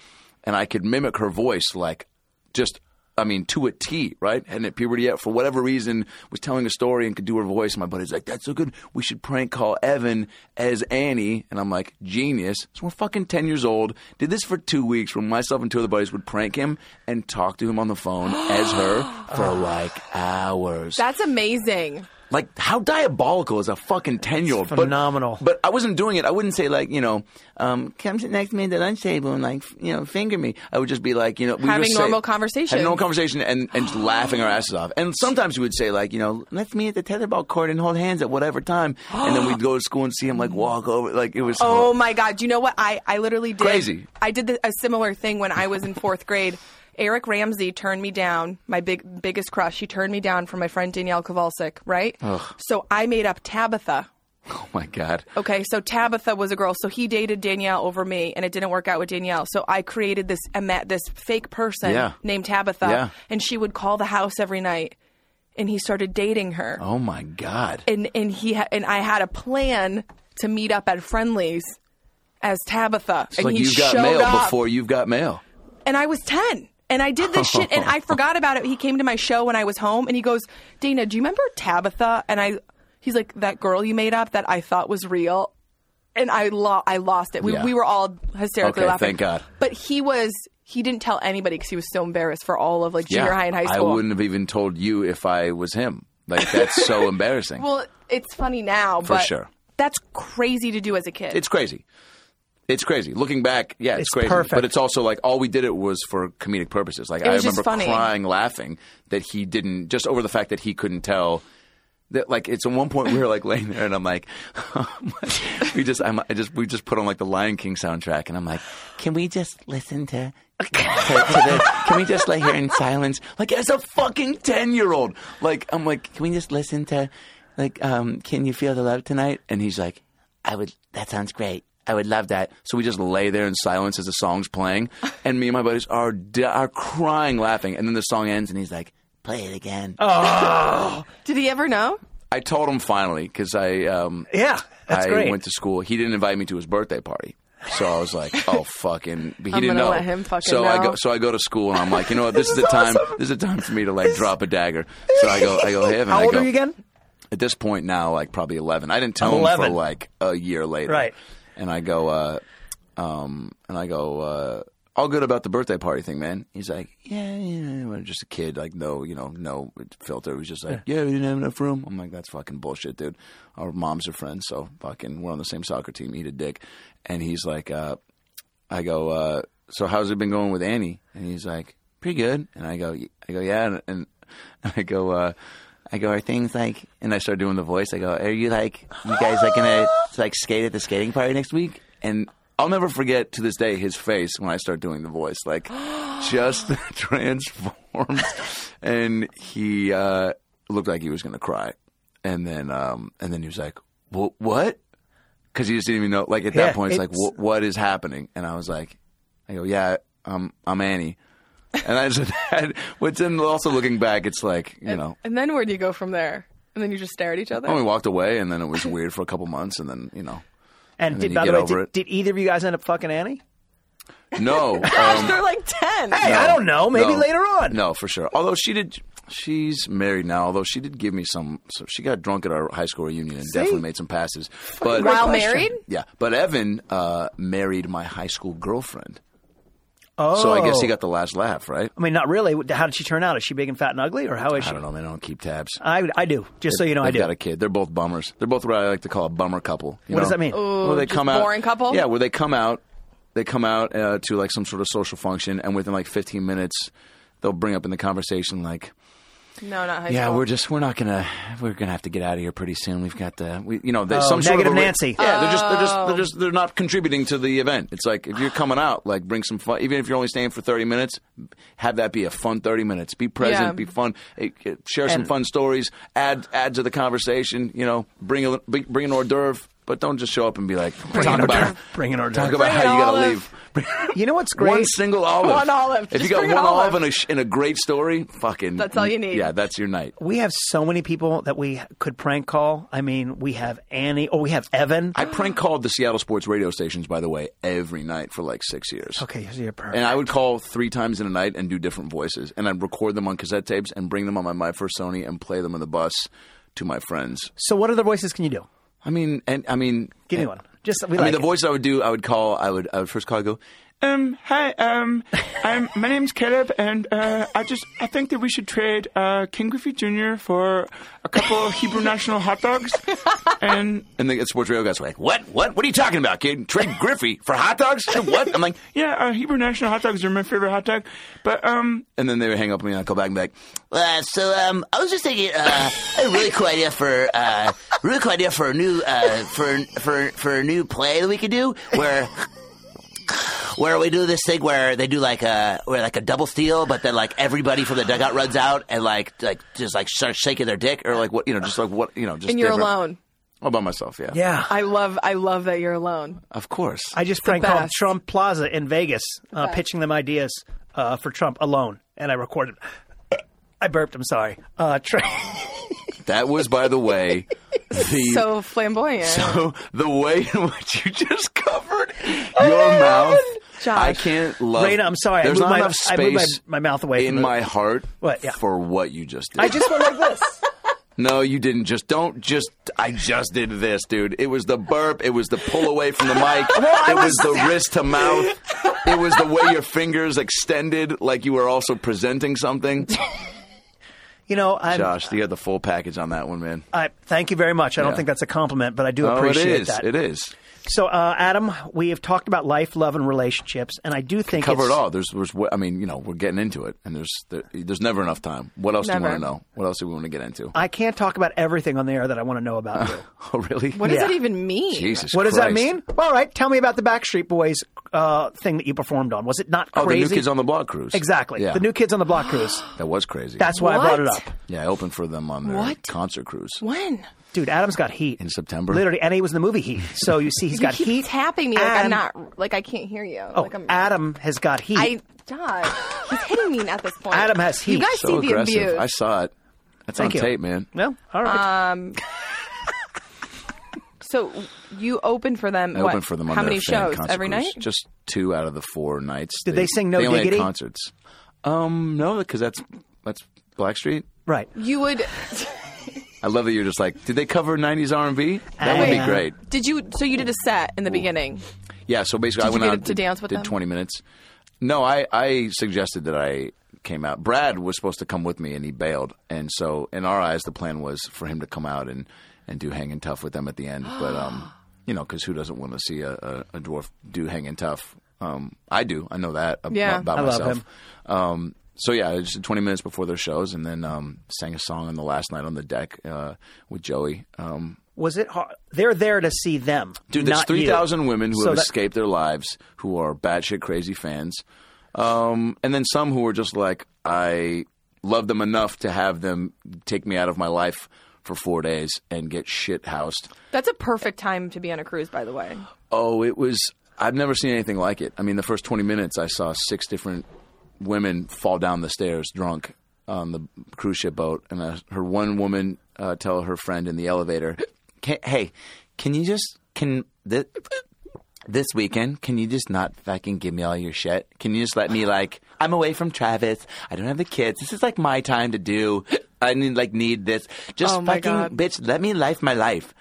And I could mimic her voice like just I mean, to a T, right? Hadn't hit puberty yet. For whatever reason, was telling a story and could do her voice. My buddy's like, "That's so good. We should prank call Evan as Annie." And I'm like, "Genius!" So we're fucking ten years old. Did this for two weeks, where myself and two other buddies would prank him and talk to him on the phone as her for like hours. That's amazing. Like, how diabolical is a fucking 10 year old? phenomenal. But, I wasn't doing it. I wouldn't say, like, you know, um, come sit next to me at the lunch table and, like, f- you know, finger me. I would just be like, you know, we Having would say- normal conversations. Having normal conversation and, and just laughing our asses off. And sometimes we would say, like, you know, let's meet at the tetherball court and hold hands at whatever time. and then we'd go to school and see him, like, walk over. Like, it was. Oh my god! You know what? I I literally did. Crazy. I did the, a similar thing when I was in fourth grade. Eric Ramsey turned me down. My big biggest crush. He turned me down for my friend Danielle Kowalczyk. Right. So I made up Tabitha. oh my God. Okay, so Tabitha was a girl, so he dated Danielle over me, and it didn't work out with Danielle. So I created this I met this fake person Yeah. named Tabitha, Yeah. and she would call the house every night, and he started dating her, Oh my God. and and he ha- and I had a plan to meet up at Friendlies as Tabitha, It's and like he you've got showed mail up, before you've got mail. and I was ten. And I did this shit, and I forgot about it. He came to my show when I was home, and he goes, "Dana, do you remember Tabitha?" And I, he's like, "That girl you made up that I thought was real," and I, lo- I lost it. We, Yeah. we were all hysterically Okay, laughing. thank God. But he was, he didn't tell anybody because he was so embarrassed for all of like junior high and high school. I wouldn't have even told you if I was him. Like that's so embarrassing. Well, it's funny now, For but sure. that's crazy to do as a kid. it's crazy. It's crazy. Looking back, yeah, it's, It's crazy. perfect. But it's also like all we did it was for comedic purposes. Like I was just remember funny. crying, laughing that he didn't just over the fact that he couldn't tell. That like it's at one point we were like laying there and I'm like, oh we just I'm, I just we just put on like the Lion King soundtrack and I'm like, can we just listen to? to, to the, can we just lay here in silence? Like as a fucking ten year old, like I'm like, can we just listen to, like, um, can you feel the love tonight? And he's like, I would. That sounds great. I would love that. So we just lay there in silence as the song's playing, and me and my buddies are di- are crying, laughing, and then the song ends, and he's like, "Play it again." Did he ever know? I told him finally because I um, Yeah, that's I great. went to school. He didn't invite me to his birthday party. So I was like, "Oh fucking!" But he I'm didn't gonna know. let him fucking so I know. go, so I go to school, and I'm like, you know what? This, is the time. This is the time for me to like drop a dagger. So I go, I go, hey, Evan, How I old go, are you again? At this point now, like probably 11. I didn't tell him 11. for like a year later. Right. And I go, uh, um, and I go, uh, all good about the birthday party thing, man. He's like, yeah, yeah, we're just a kid, like no, you know, no filter. He was just like, yeah, we didn't have enough room. I'm like, that's fucking bullshit, dude. Our moms are friends, so fucking, we're on the same soccer team. Eat a dick. And he's like, uh, I go, uh, so how's it been going with Annie? And he's like, pretty good. And I go, y- I go, yeah. And, and I go, uh, I go, are things like, and I start doing the voice. I go, are you like, you guys like gonna like skate at the skating party next week? And I'll never forget to this day his face when I start doing the voice, like just transforms. And he, uh, looked like he was gonna cry. And then, um, and then he was like, "Wha- what? because he just didn't even know. Like at Yeah, that point, it's, it's- like, "Wh- what is happening? And I was like, I go, yeah, I'm I'm Annie. And I said that. But then also looking back, it's like you know. And then where do you go from there? And then you just stare at each other. And we walked away, and then it was weird for a couple months, and then you know, And, and did, then by the you get way, over did, it. did either of you guys end up fucking Annie? no, Gosh, um, they're like ten. Hey, I don't know. Maybe No. later on. No, for sure. Although she did, she's married now. Although she did give me some. So she got drunk at our high school reunion and definitely made some passes. But While married? yeah. But Evan uh, married my high school girlfriend, Oh, so I guess he got the last laugh, right? I mean, not really. How did she turn out? Is she big and fat and ugly, or how is she? I don't know, man. I don't keep tabs. I, I do. Just so you know, I They've do. got a kid. They're both bummers. They're both what I like to call a bummer couple. you What does know? that mean? Ooh, where they just come out, boring couple? Yeah, where they come out, they come out uh, to like some sort of social function, and within like 15 minutes, they'll bring up in the conversation like, No, not high "Yeah, school. we're just we're not gonna we're gonna have to get out of here pretty soon. We've got the we, you know the, Oh, some sort negative of a, re- Nancy. Yeah, they're just they're just Oh. they're just they're not contributing to the event. It's like if you're coming out, like bring some fun. Even if you're only staying for 30 minutes, have that be a fun 30 minutes. Be present. Yeah. Be fun. eh, eh, Share some And- fun stories. Add add to the conversation. You know, bring a li- bring bring an hors d'oeuvre, but don't just show up and be like Bring talk an hors about d'oeuvre. Bring an hors talk d'oeuvre. about Bring how an you gotta olive. leave. You know what's great? One single olive. One olive. If you Just got bring one an olive, olive. and, a sh- and a great story, fucking. That's all you need. Yeah, that's your night. we have so many people that we could prank call. I mean, we have Annie. Oh, we have Evan. I prank called the Seattle sports radio stations, by the way, every night for like six years. okay, so you're perfect. And I would call three times in a night and do different voices, and I'd record them on cassette tapes and bring them on my my first Sony and play them on the bus to my friends. so, what other voices can you do? I mean, and I mean, Give me and- one. Just we I like mean, the it. voice I would do, I would call, I would, I would first call, I go, Um, hi, um, I'm, my name's Caleb, and uh, I just I think that we should trade uh, King Griffey Jr. for a couple of Hebrew National hot dogs. And and the sports radio guys were like, "What? What? What are you talking about, kid? Trade Griffey for hot dogs? What?" I'm like, yeah, uh, Hebrew National hot dogs are my favorite hot dog. But um, and then they would hang up on me, and I'd call back and be like, Uh, so um, I was just thinking, uh, I had a really cool idea for uh, really cool idea for a new uh, for for for a new play that we could do where where we do this thing where they do like a where like a double steal, but then like everybody from the dugout runs out and like like just like starts shaking their dick. or like what, you know, just like what, you know, just and you're different- alone. all by myself, yeah, yeah. I love. I love that you're alone. of course. I just prank called best. Trump Plaza in Vegas, uh, pitching them ideas uh, for Trump alone, and I recorded. I burped. I'm sorry. Uh, tra- that was, by the way, the So flamboyant. So the way in which you just covered your mouth, Josh. I can't love. Oh, Raina, I'm sorry. I There's moved not my- enough I space moved my- my mouth away in from the- my heart What? Yeah. for what you just did. I just went like this. no, you didn't. Just don't. Just I just did this, dude. It was the burp. It was the pull away from the mic. I it was, was- the wrist to mouth. It was the way your fingers extended, like you were also presenting something. You know, I'm, Josh, you got the full package on that one, man. I thank you very much. I don't Yeah. think that's a compliment, but I do Oh, it appreciate is. that. It is. So, uh, Adam, we have talked about life, love, and relationships, and I do think cover it it's- all. There's, there's, I mean, you know, we're getting into it, and there's, there, there's never enough time. What else do you Never. want to know? What else do we want to get into? I can't talk about everything on the air that I want to know about you. oh, really? what does Yeah. it even mean? Jesus, what does that Christ. mean? All right, tell me about the Backstreet Boys uh, thing that you performed on. Was it not Oh, crazy? the new kids on the block cruise. exactly. Yeah, The new kids on the block cruise. that was crazy. That's why I brought it What? up. yeah. I opened for them on their What? concert cruise. When? dude, Adam's got heat In September? Literally, and he was in the movie Heat. So you see, he's got you keep heat. tapping me like I'm and- not like I can't hear you. Oh, like I'm, Adam has got heat. I God, he's hitting me at this point. Adam has You heat. guys So see the aggressive. abuse. I saw it. That's Thank on you. tape, man. well, all Uh, right. so you open for them. I what, opened for them on How their many fan shows concert every cruise. night? Just two out of the four nights. Did they sing No they only had Diggity? concerts. Um, no, because that's that's Blackstreet. right. you would. I love that you're just like, did they cover '90s R&B? Oh, That would Uh, be great. Did you? So you did a set in the beginning. Yeah. So basically, Did I you get went out to dance with did them? 20 minutes. No, I I suggested that I came out. Brad was supposed to come with me, and he bailed. And so, in our eyes, the plan was for him to come out and and do hanging tough with them at the end. But um, you know, because who doesn't want to see a, a, a dwarf do hanging tough? Um, I do. I know that ab- Yeah. about I love myself. Um, so yeah, I just 20 minutes before their shows, and then um, sang a song on the last night on the deck uh, with Joey. Um, Was it hard? They're there to see them. Dude, there's not you. 3,000 women who So have that- escaped their lives who are batshit crazy fans. Um, and then some who are just like, I love them enough to have them take me out of my life for four days and get shit housed. That's a perfect time to be on a cruise, by the way. Oh, it was. I've never seen anything like it. I mean, the first 20 minutes, I saw six different women fall down the stairs drunk on the cruise ship boat. And I heard one woman uh, tell her friend in the elevator, Can, hey, can you just can this this weekend? Can you just not fucking give me all your shit? Can you just let me like I'm away from Travis. I don't have the kids. This is like my time to do. I need like need this. Just Oh my fucking God. bitch. Let me life my life.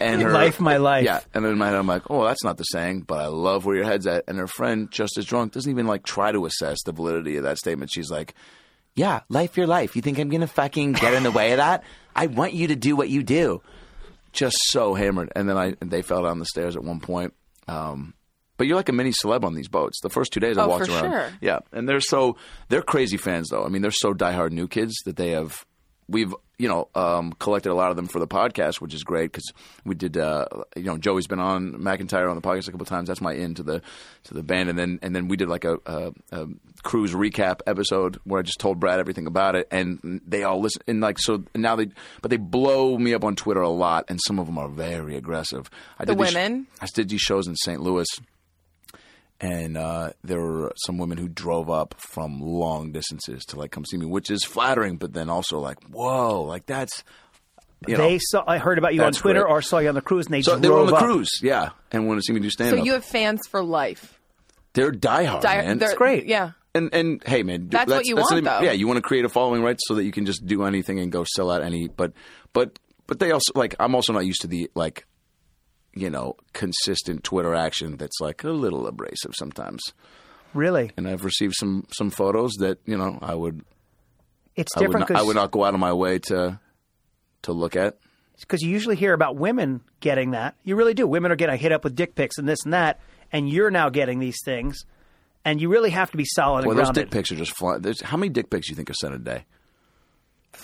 and her Life, my life. Yeah, and then in my head I'm like, oh, that's not the saying, but I love where your head's at. And her friend, just as drunk, doesn't even like try to assess the validity of that statement. She's like, Yeah, life your life. You think I'm gonna fucking get in the way of that? I want you to do what you do. just so hammered. And then I they fell down the stairs at one point. Um, but you're like a mini celeb on these boats. The first two days I Oh, walked for around. sure. Yeah, and they're so they're crazy fans though. I mean, they're so diehard new kids that they have. We've you know um, collected a lot of them for the podcast, which is great because we did. Uh, you know, Joey's been on McIntyre on the podcast a couple times. That's my in to the to the band, and then and then we did like a, a, a cruise recap episode where I just told Brad everything about it, and they all listen. And like so now they, but they blow me up on Twitter a lot, and some of them are very aggressive. I The did these- women? I did these shows in St. Louis and uh, there were some women who drove up from long distances to like come see me, which is flattering, but then also like, whoa, like that's you know. They saw. I heard about you on That's Twitter great. or saw you on the cruise, and they so drove they were on the up. cruise, yeah, and wanted to see me do stand So up. you have fans for life. they're diehard, Di- man. they're- It's great, yeah. And and hey, man, That's what you want, though. Yeah, you want to create a following, right? So that you can just do anything and go sell out any. But but but they also like. I'm also not used to the like, you know, consistent Twitter action that's like a little abrasive sometimes. Really, and I've received some some photos that you know I would it's I would, different not, I would because not go out of my way to to look at. you usually hear about women getting that. You really do. Women are getting hit up with dick pics and this and that, and you're now getting these things, and you really have to be solid Well, and those grounded. dick pics are just flying. There's, how many dick pics do you think are sent a day?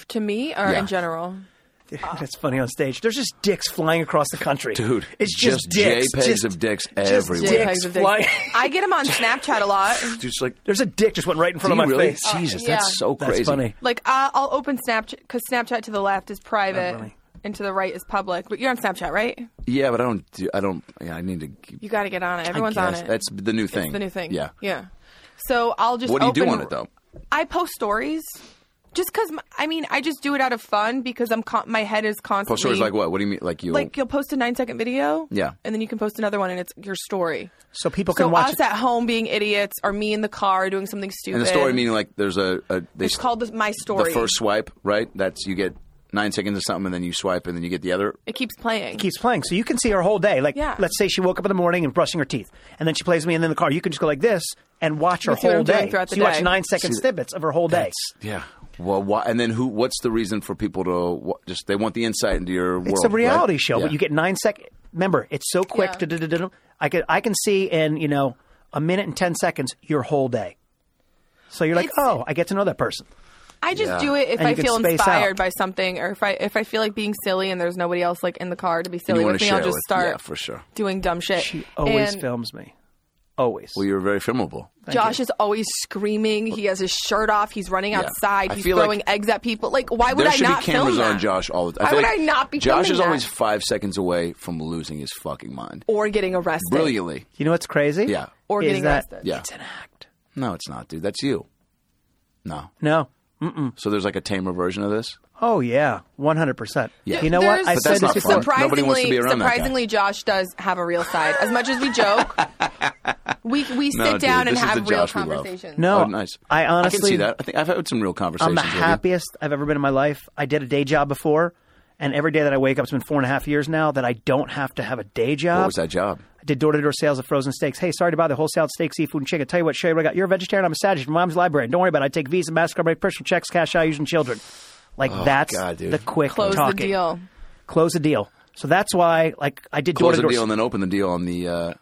To me or Yeah. in general? That's funny on stage. There's just dicks flying across the country, Dude, It's just, just dicks. JPEGs Just- of dicks just everywhere. dicks JPEGs of dicks. flying- I get them on Snapchat a lot. Dude, it's like There's a dick just went right in do front you of my really? face. Jesus, Yeah. that's so That's crazy. funny. Like uh, I'll open Snapchat because Snapchat to the left is private really. and to the right is public. But you're on Snapchat, right? Yeah, but I don't. Do, I don't. Yeah, I need to. keep- You got to get on it. I Everyone's on guess. it. That's the new thing. It's the new thing. Yeah. yeah. So I'll just. What do you do open- on it though? I post stories. Just because, I mean, I just do it out of fun because I'm con- my head is constantly. Post stories Oh, like what? What do you mean? Like you? Like you'll post a nine second video, Yeah. and then you can post another one, and it's your story. So people can So watch us it. at home being idiots, or me in the car doing something stupid. and the story meaning like there's a, a they it's called the, my the story. first swipe right? That's you get nine seconds of something and then you swipe and then you get the other it keeps playing. keeps playing. So you can see her whole day. Like, Yeah. let's say she woke up in the morning and brushing her teeth, and then she plays me, and then in the car. You can just go like this and watch her You see what whole I'm doing day. throughout the so you watch day. nine second snippets of her whole day. Yeah. Well, why, and then who? What's the reason for people to wha- just they want the insight into your world? It's a reality right? show, Yeah. but you get nine second. Remember, it's so quick. Yeah. Da-da-da-da-da. I can I can see in you know a minute and ten seconds your whole day. So you're like, It's- oh, I get to know that person. I just Yeah. do it if And you I can feel space inspired out. by something, or if I if I feel like being silly and there's nobody else like in the car to be And silly you wanna with me, share I'll just with- start Yeah, for sure. doing dumb shit. She always And- films me. Always. Well, you were very filmable. Josh is always screaming. He has his shirt off. He's running outside. I He's feel like throwing eggs at people. Like, why would there I should not be cameras film on that? Josh all the time. Why I feel would like I not be Josh filming is that? always five seconds away from losing his fucking mind. Or getting arrested. Brilliantly. You know what's crazy? Yeah. Or Is getting that- arrested. Yeah. It's an act. No, it's not, dude. That's you. No. No. So there's like a tamer version of this. Oh yeah, one hundred percent. Yeah. You know what? There's- I But said that's this not fun. before. Nobody Surprisingly, wants to be around that guy. surprisingly, Josh does have a real side. As much as we joke, we we sit No, dude, down and this is have the real Josh we love. conversations. No, Oh, nice. I honestly, I can see that. I think I've had some real conversations. I'm the with you. happiest I've ever been in my life. I did a day job before, and every day that I wake up, it's been four and a half years now that I don't have to have a day job. What was that job? I did door to door sales of frozen steaks. Hey, sorry to bother. Whole salad, steak, seafood, and chicken. Tell you what, show you what I got. You're a vegetarian. I'm a Sagittarius from Mom's Library. Don't worry about it. I take Visa, MasterCard, make personal checks, cash out, using children. Like, that's Oh, God, dude. the quick Close talking. the deal. Close the deal. So that's why, like, I did door Close to the door. deal and then open the deal on the uh,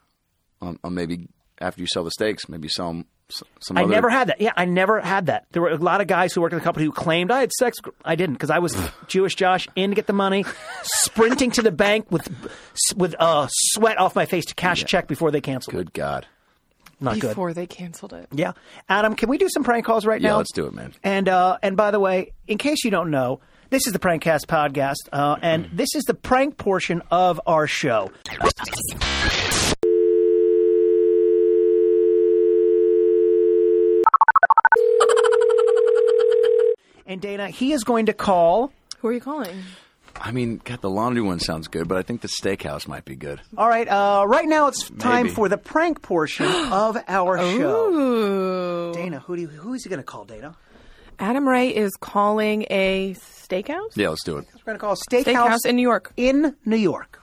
on, on maybe after you sell the steaks, maybe sell 'em s- some. I other, never had that. Yeah, I never had that. There were a lot of guys who worked in the company who claimed I had sex. I didn't because I was Jewish Josh in to get the money, sprinting to the bank with with uh, sweat off my face to cash a check before they canceled. Good God. Not good. Before they canceled it, Yeah, Adam, can we do some prank calls right Yeah, now? let's do it, man. And uh, and by the way, in case you don't know, this is the Prankcast podcast, uh, and this is the prank portion of our show. And Dana, he is going to call. who are you calling? I mean, God, the laundry one sounds good, but I think the steakhouse might be good. All right, uh, right now it's time Maybe. for the prank portion of our show. Ooh, Dana, who do you, who is he going to call? Dana, Adam Ray is calling a steakhouse. Yeah, let's do it. we're going to call Steakhouse in New York. in New York.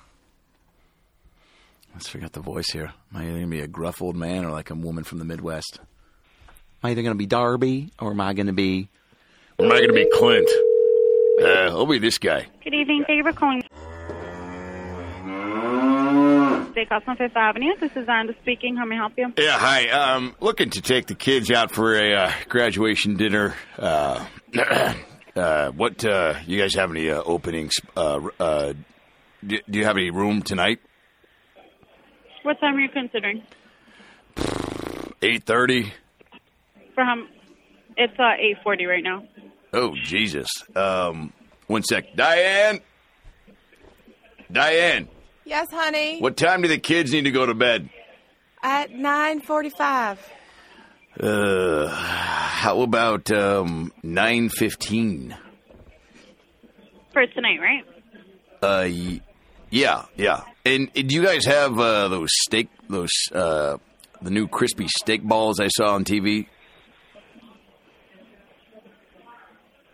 Let's figure out the voice here. Am I either going to be a gruff old man or like a woman from the Midwest? Am I either going to be Darby or am I going to be? Am I going to be Clint? Uh, I'll be this guy. Good evening. Thank you for calling. Steakhouse on Fifth Avenue. This is Anna speaking. How may I help you? Yeah, hi. Um, looking to take the kids out for a uh, graduation dinner. Uh, uh, what uh, you guys have any uh, openings? Uh, uh, do, do you have any room tonight? What time are you considering? Eight thirty. For how? m- It's uh, eight forty right now. Oh Jesus! Um, one sec, Diane. Diane, Yes, honey. what time do the kids need to go to bed? At nine forty-five. Uh, how about um nine fifteen? For tonight, right? Uh, y- yeah, yeah. And, and do you guys have uh, those steak, those uh, the new crispy steak balls I saw on TV?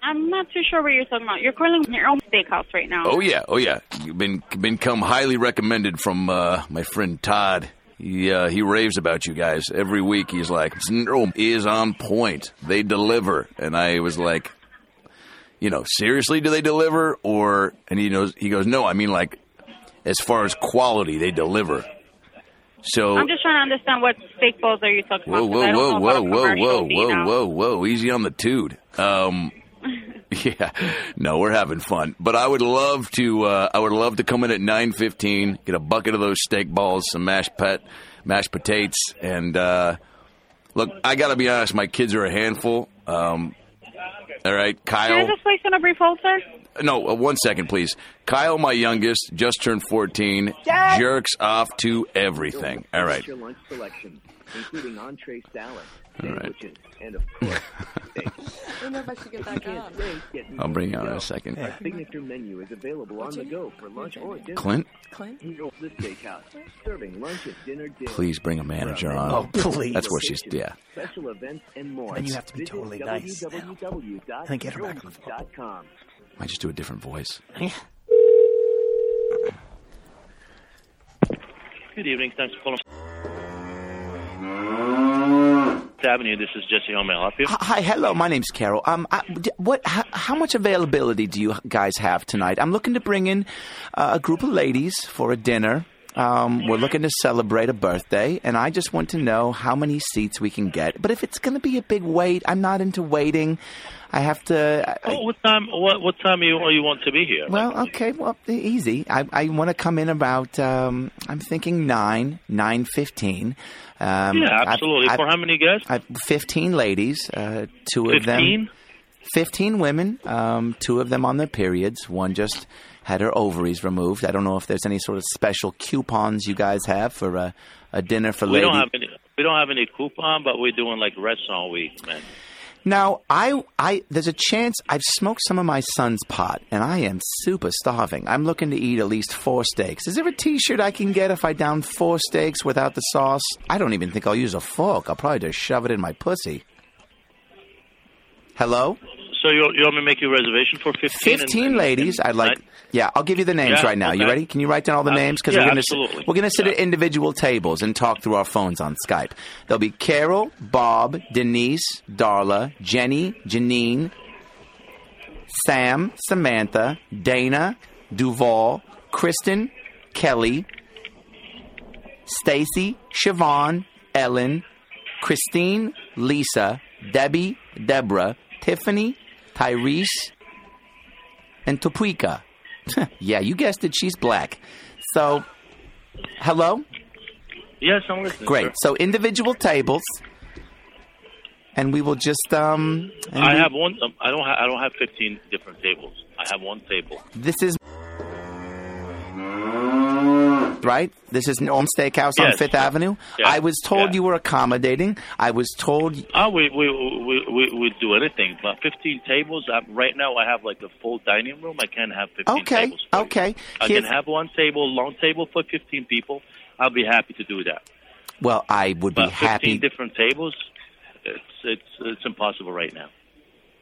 I'm not too sure what you're talking about. You're calling your own steakhouse right now. Oh yeah, oh yeah. You've been been come highly recommended from uh, my friend Todd. He uh, he raves about you guys every week. He's like, "Syndrome is on point. They deliver." And I was like, you know, seriously, do they deliver? Or and he knows he goes, no, I mean like, as far as quality, they deliver. So I'm just trying to understand what steak balls are you talking whoa, about? 'cause whoa, I don't whoa, know about whoa, a whoa, commercial whoa, being whoa, out. whoa, whoa! Easy on the toot. Um, yeah, no, we're having fun. But I would love to. Uh, I would love to come in at nine fifteen, get a bucket of those steak balls, some mashed pet, mashed potatoes, and uh, look. I got to be honest. My kids are a handful. Um, all right, Kyle. Can I just place in a brief hold, sir? No, uh, one second, please. Kyle, my youngest, just turned 14, jerks off to everything. All right. Your lunch selection, including entree salad, All right. sandwiches, and of course, I don't know if I should get that job. get I'll bring you on in a second. signature menu is available on the go for lunch or dinner. Clint, Clint. New York, The steakhouse, serving lunch and dinner deals, please bring a manager on. Oh, please. That's where she's. Yeah. special events, and more. And you have to be Visit totally nice. www.jones.com. then get her back on the phone. I just do a different voice. Good evening. Thanks for calling. Fifth Avenue. This is Jesse. How may I help you? Hi, hello. My name's Carol. Um, I, d- what? How, how much availability do you guys have tonight? I'm looking to bring in uh, a group of ladies for a dinner. Um, we're looking to celebrate a birthday, and I just want to know how many seats we can get. But if it's going to be a big wait, I'm not into waiting. I have to. I- What time? What what time you you want to be here? well, okay, well, e- easy. I, I want to come in about. Um, I'm thinking nine, nine fifteen. Um, yeah, I've- absolutely. I've- For how many guests? I, 15 ladies, uh, two of them. 15? 15 women, um, two of them on their periods. One just had her ovaries removed. I don't know if there's any sort of special coupons you guys have for a, a dinner for We ladies. don't have any. We don't have any coupon, but we're doing like restaurant week, man. Now, I, I, there's a chance I've smoked some of my son's pot, and I am super starving. I'm looking to eat at least four steaks. Is there a T-shirt I can get if I down four steaks without the sauce? I don't even think I'll use a fork. I'll probably just shove it in my pussy. Hello, So you you want me to make your reservation for fifteen? and- fifteen ladies. I'd like. Yeah, I'll give you the names Yeah, right now. You okay. ready? Can you write down all the Uh, names? yeah, we're gonna absolutely. sit, we're gonna sit at individual tables and talk through our phones on Skype. There'll be Carol, Bob, Denise, Darla, Jenny, Janine, Sam, Samantha, Dana, Duval, Kristen, Kelly, Stacy, Siobhan, Ellen, Christine, Lisa, Debbie, Deborah, Tiffany, Tyrese, and Topeka. yeah, you guessed it. She's black. So, hello? Yes, I'm listening. Great. sir. So, individual tables. And we will just, um. and I we- have one. Um, I don't. Ha- I don't have fifteen different tables. I have one table. This is right. This is Norm Steakhouse on Yes. Fifth Avenue. Yeah. I was told Yeah. you were accommodating. I was told. Oh, we we we we we do anything, but fifteen tables. i right now, I have like a full dining room. I can't have fifteen Okay, tables. for you. okay. I Here's- can have one table, long table for fifteen people. I'll be happy to do that. well, I would be But fifteen happy. different tables, it's it's it's impossible right now.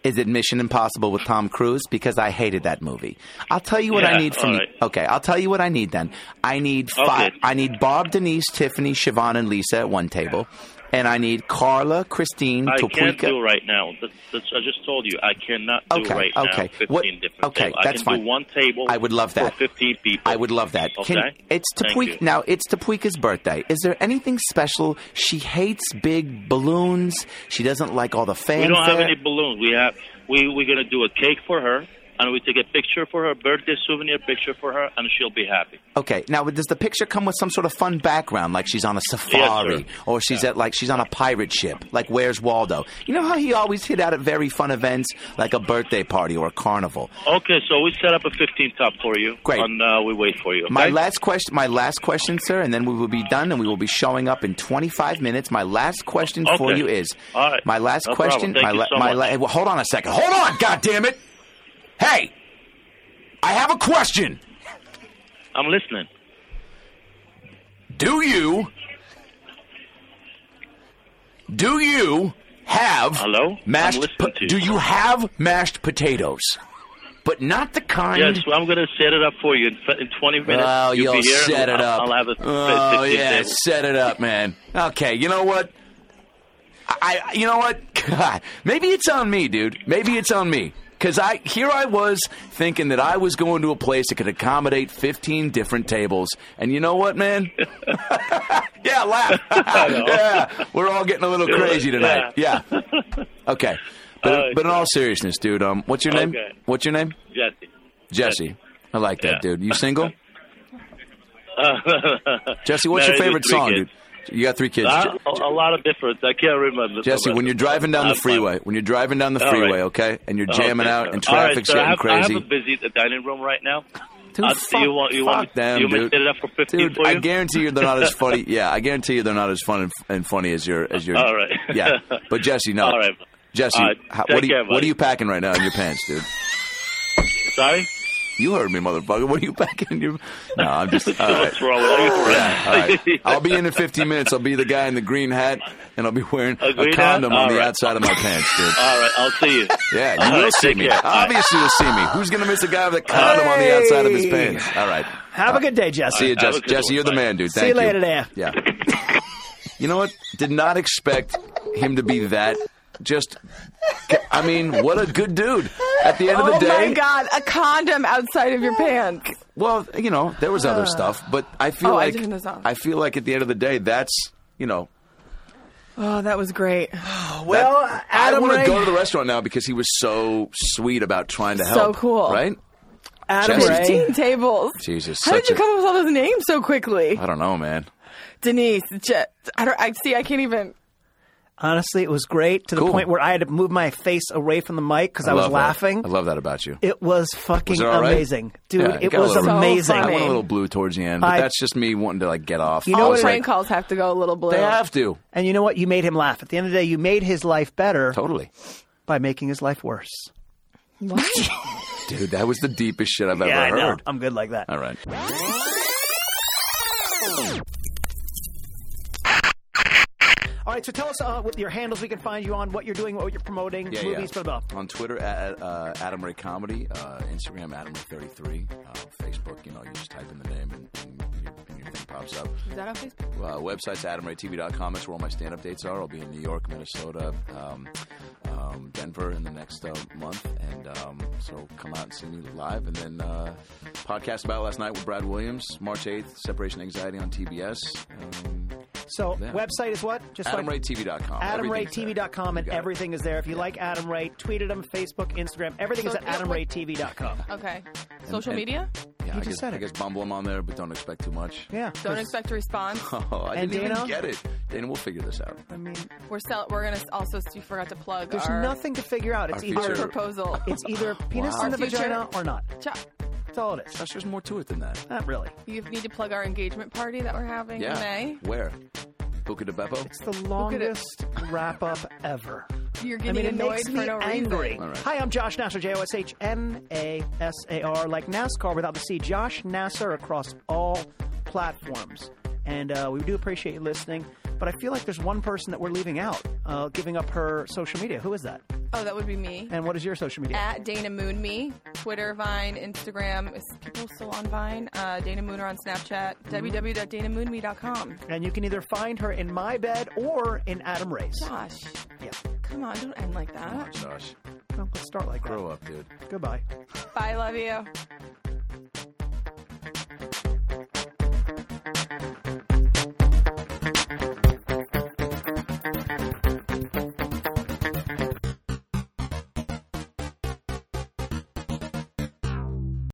is it Mission Impossible with Tom Cruise? Because I hated that movie. I'll tell you what I Yeah, need from all you. right. Okay, I'll tell you what I need then. I need Okay. five. I need Bob, Denise, Tiffany, Siobhan, and Lisa at one table, and I need Carla, Christine, I Topeka. can't do right now. That, that's, I just told you I cannot do Okay, right now. okay. Fifteen What- different okay, tables. that's I can fine. do one table. I would love that. for fifteen people. I would love that. Okay, it's Thank you. Topeka now. It's Topeka's birthday. Is there anything special? She hates big balloons. She doesn't like all the We fanfare. don't have any balloons. We have we we're gonna do a cake for her, and we take a picture for her, birthday souvenir picture for her, and she'll be happy. okay, now does the picture come with some sort of fun background, like she's on a safari, or she's at like she's on a pirate ship, like Where's Waldo? You know how he always hit out at very fun events, like a birthday party or a carnival. Okay, so we set up a 15 top for you. Great. And uh, we wait for you. Okay? My last question, my last question, sir, and then we will be done, and we will be showing up in 25 minutes. My last question for Okay. you is, All right. my last No question, problem. Thank my, you la- so my much. la- well, hold on a second, hold on, God damn it, hey, I have a question. I'm listening. Do you, do you have Hello? I'm mashed? listening to you. Do you have mashed potatoes? But not the kind. Yes, well, I'm going to set it up for you in, f- in 20 minutes. Oh, you'll you'll, be here and set it I'll- up. I'll have a oh 15 yeah, table. set it up, man. Okay, you know what? I, I- you know what? God, maybe it's on me, dude. Maybe it's on me. Cause I here I was thinking that I was going to a place that could accommodate fifteen different tables, and you know what, man? yeah, laugh. yeah, we're all getting a little crazy tonight. Yeah. Okay, but Oh, but in all seriousness, dude, um, what's your name? Okay. What's your name? Jesse. Jesse. I like that, Yeah. dude. You single? Uh, Jesse, what's married your favorite with three song, kids. dude? You got three kids. Uh, Je- a, a lot of difference. I can't remember. Jesse, when you're driving down the I'm fine. freeway, when you're driving down the All right. freeway, okay, and you're jamming Okay, out sir. and All right, traffic's sir, I getting have, crazy. I have a busy uh, dining room right now. Dude, Uh, fuck, you want, you fuck want, me- them, you want me dude. to set it up for 15 Dude, for you? I guarantee you they're not as funny. Yeah, I guarantee you they're not as fun and, and funny as your as your. All right. Yeah, but Jesse, no. All right. Jesse, All right. how- Take what, are you, care, what are buddy. you packing right now in your pants, dude? Sorry? You heard me, motherfucker. What are you packing in your? No, I'm just. All right. What's wrong with you? Yeah, all right. I'll be in in 15 minutes. I'll be the guy in the green hat, and I'll be wearing a, green hat? condom on All the right. outside of my pants, dude. All right, I'll see you. Yeah, you All will right, see take me. care. Bye. Obviously, you'll see me. Who's going to miss a guy with a condom on the outside of his Hey. pants? All right. Have a good day, Jesse. See you, Have Jesse. a good Jesse, one. you're the Bye. man, dude. See Thank you later there. Yeah. You know what? Did not expect him to be that just, I mean, what a good dude. At the end of the oh day, my god, a condom outside of your pants. Well, you know, there was other stuff, but I Oh, feel I like didn't know that. I feel like at the end of the day, that's you know, Oh, that was great. Well, Adam I want Ray- to go to the restaurant now because he was so sweet about trying to So help. cool. right? Adam Jesse. Ray. 15 tables. Jesus, How did such you a- Uh, come up with all those names so quickly? I don't know, man. Denise, Je- I don't I see I can't even Honestly, it was great to the Cool. point where I had to move my face away from the mic because I, was love that. laughing. I love that about you. It was fucking Was it all right? amazing, dude. Yeah, it it got a was little- So amazing. I funny. went a little blue towards the end, but I- that's just me wanting to like get off. You know I all what was it- prank like, calls have to go a little blue. they have to And you know what? You made him laugh. At the end of the day, you made his life better totally, by making his life worse. What? dude. That was the deepest shit I've ever heard. I'm good like that. All right. All right, so tell us uh, with your handles we can find you on, what you're doing, what you're promoting, Yeah, movies, yeah. blah, blah. On Twitter at uh, Adam Ray Comedy, uh, Instagram Adam Ray thirty three, uh, Facebook. You know, you just type in the name and, and, your, and your thing pops up. Is that on Facebook? Uh, website's AdamRayTV.com. That's where all my stand up dates are. I'll be in New York, Minnesota, um, um, Denver in the next uh, month, and um, so come out and see me live. And then uh, podcast about last night with Brad Williams, March eighth, Separation Anxiety on TBS. Um, So, Yeah. website is what? Just like- AdamRayTV.com. Everything's there. AdamRayTV.com and You got it. everything is there. If you like Adam Ray, tweet at him, Facebook, Instagram. Everything is So, at yeah, what- AdamRayTV.com. Okay. Social and- media? Yeah, I just guess, said I it. guess Bumble them on there, but don't expect too much. Yeah. Don't expect a response. Oh, I And didn't Dana? even get it. Dana, we'll figure this out. I mean, We're sell- we're going to also you forgot to plug there's our nothing to figure out. It's Our our either future. proposal. it's either penis Wow. in the Our future. vagina or not. Ch- That's all it is. Gosh, there's more to it than that. Not really. You need to plug our engagement party that we're having Yeah. in Where? Boca de Beppo? It's the longest wrap up ever. May. You're I getting mean, it annoyed makes for me no angry. reason. All right. Hi, I'm Josh Nassar, J O S H N A S A R, like NASCAR without the C. Josh Nassar across all platforms. And uh, we do appreciate you listening, but I feel like there's one person that we're leaving out, uh, giving up her social media. Who is that? Oh, that would be me. And what is your social media? At Dana Moon me, Twitter, Vine, Instagram. Is people still on Vine? Uh, Dana Moon are on Snapchat. Mm-hmm. www.danamoonme.com. and you can either find her in my bed or in Adam Ray's. Gosh, Yeah. come on, don't end like that. Josh, Well, let's start like grow up, dude. that. Goodbye. Bye, love you.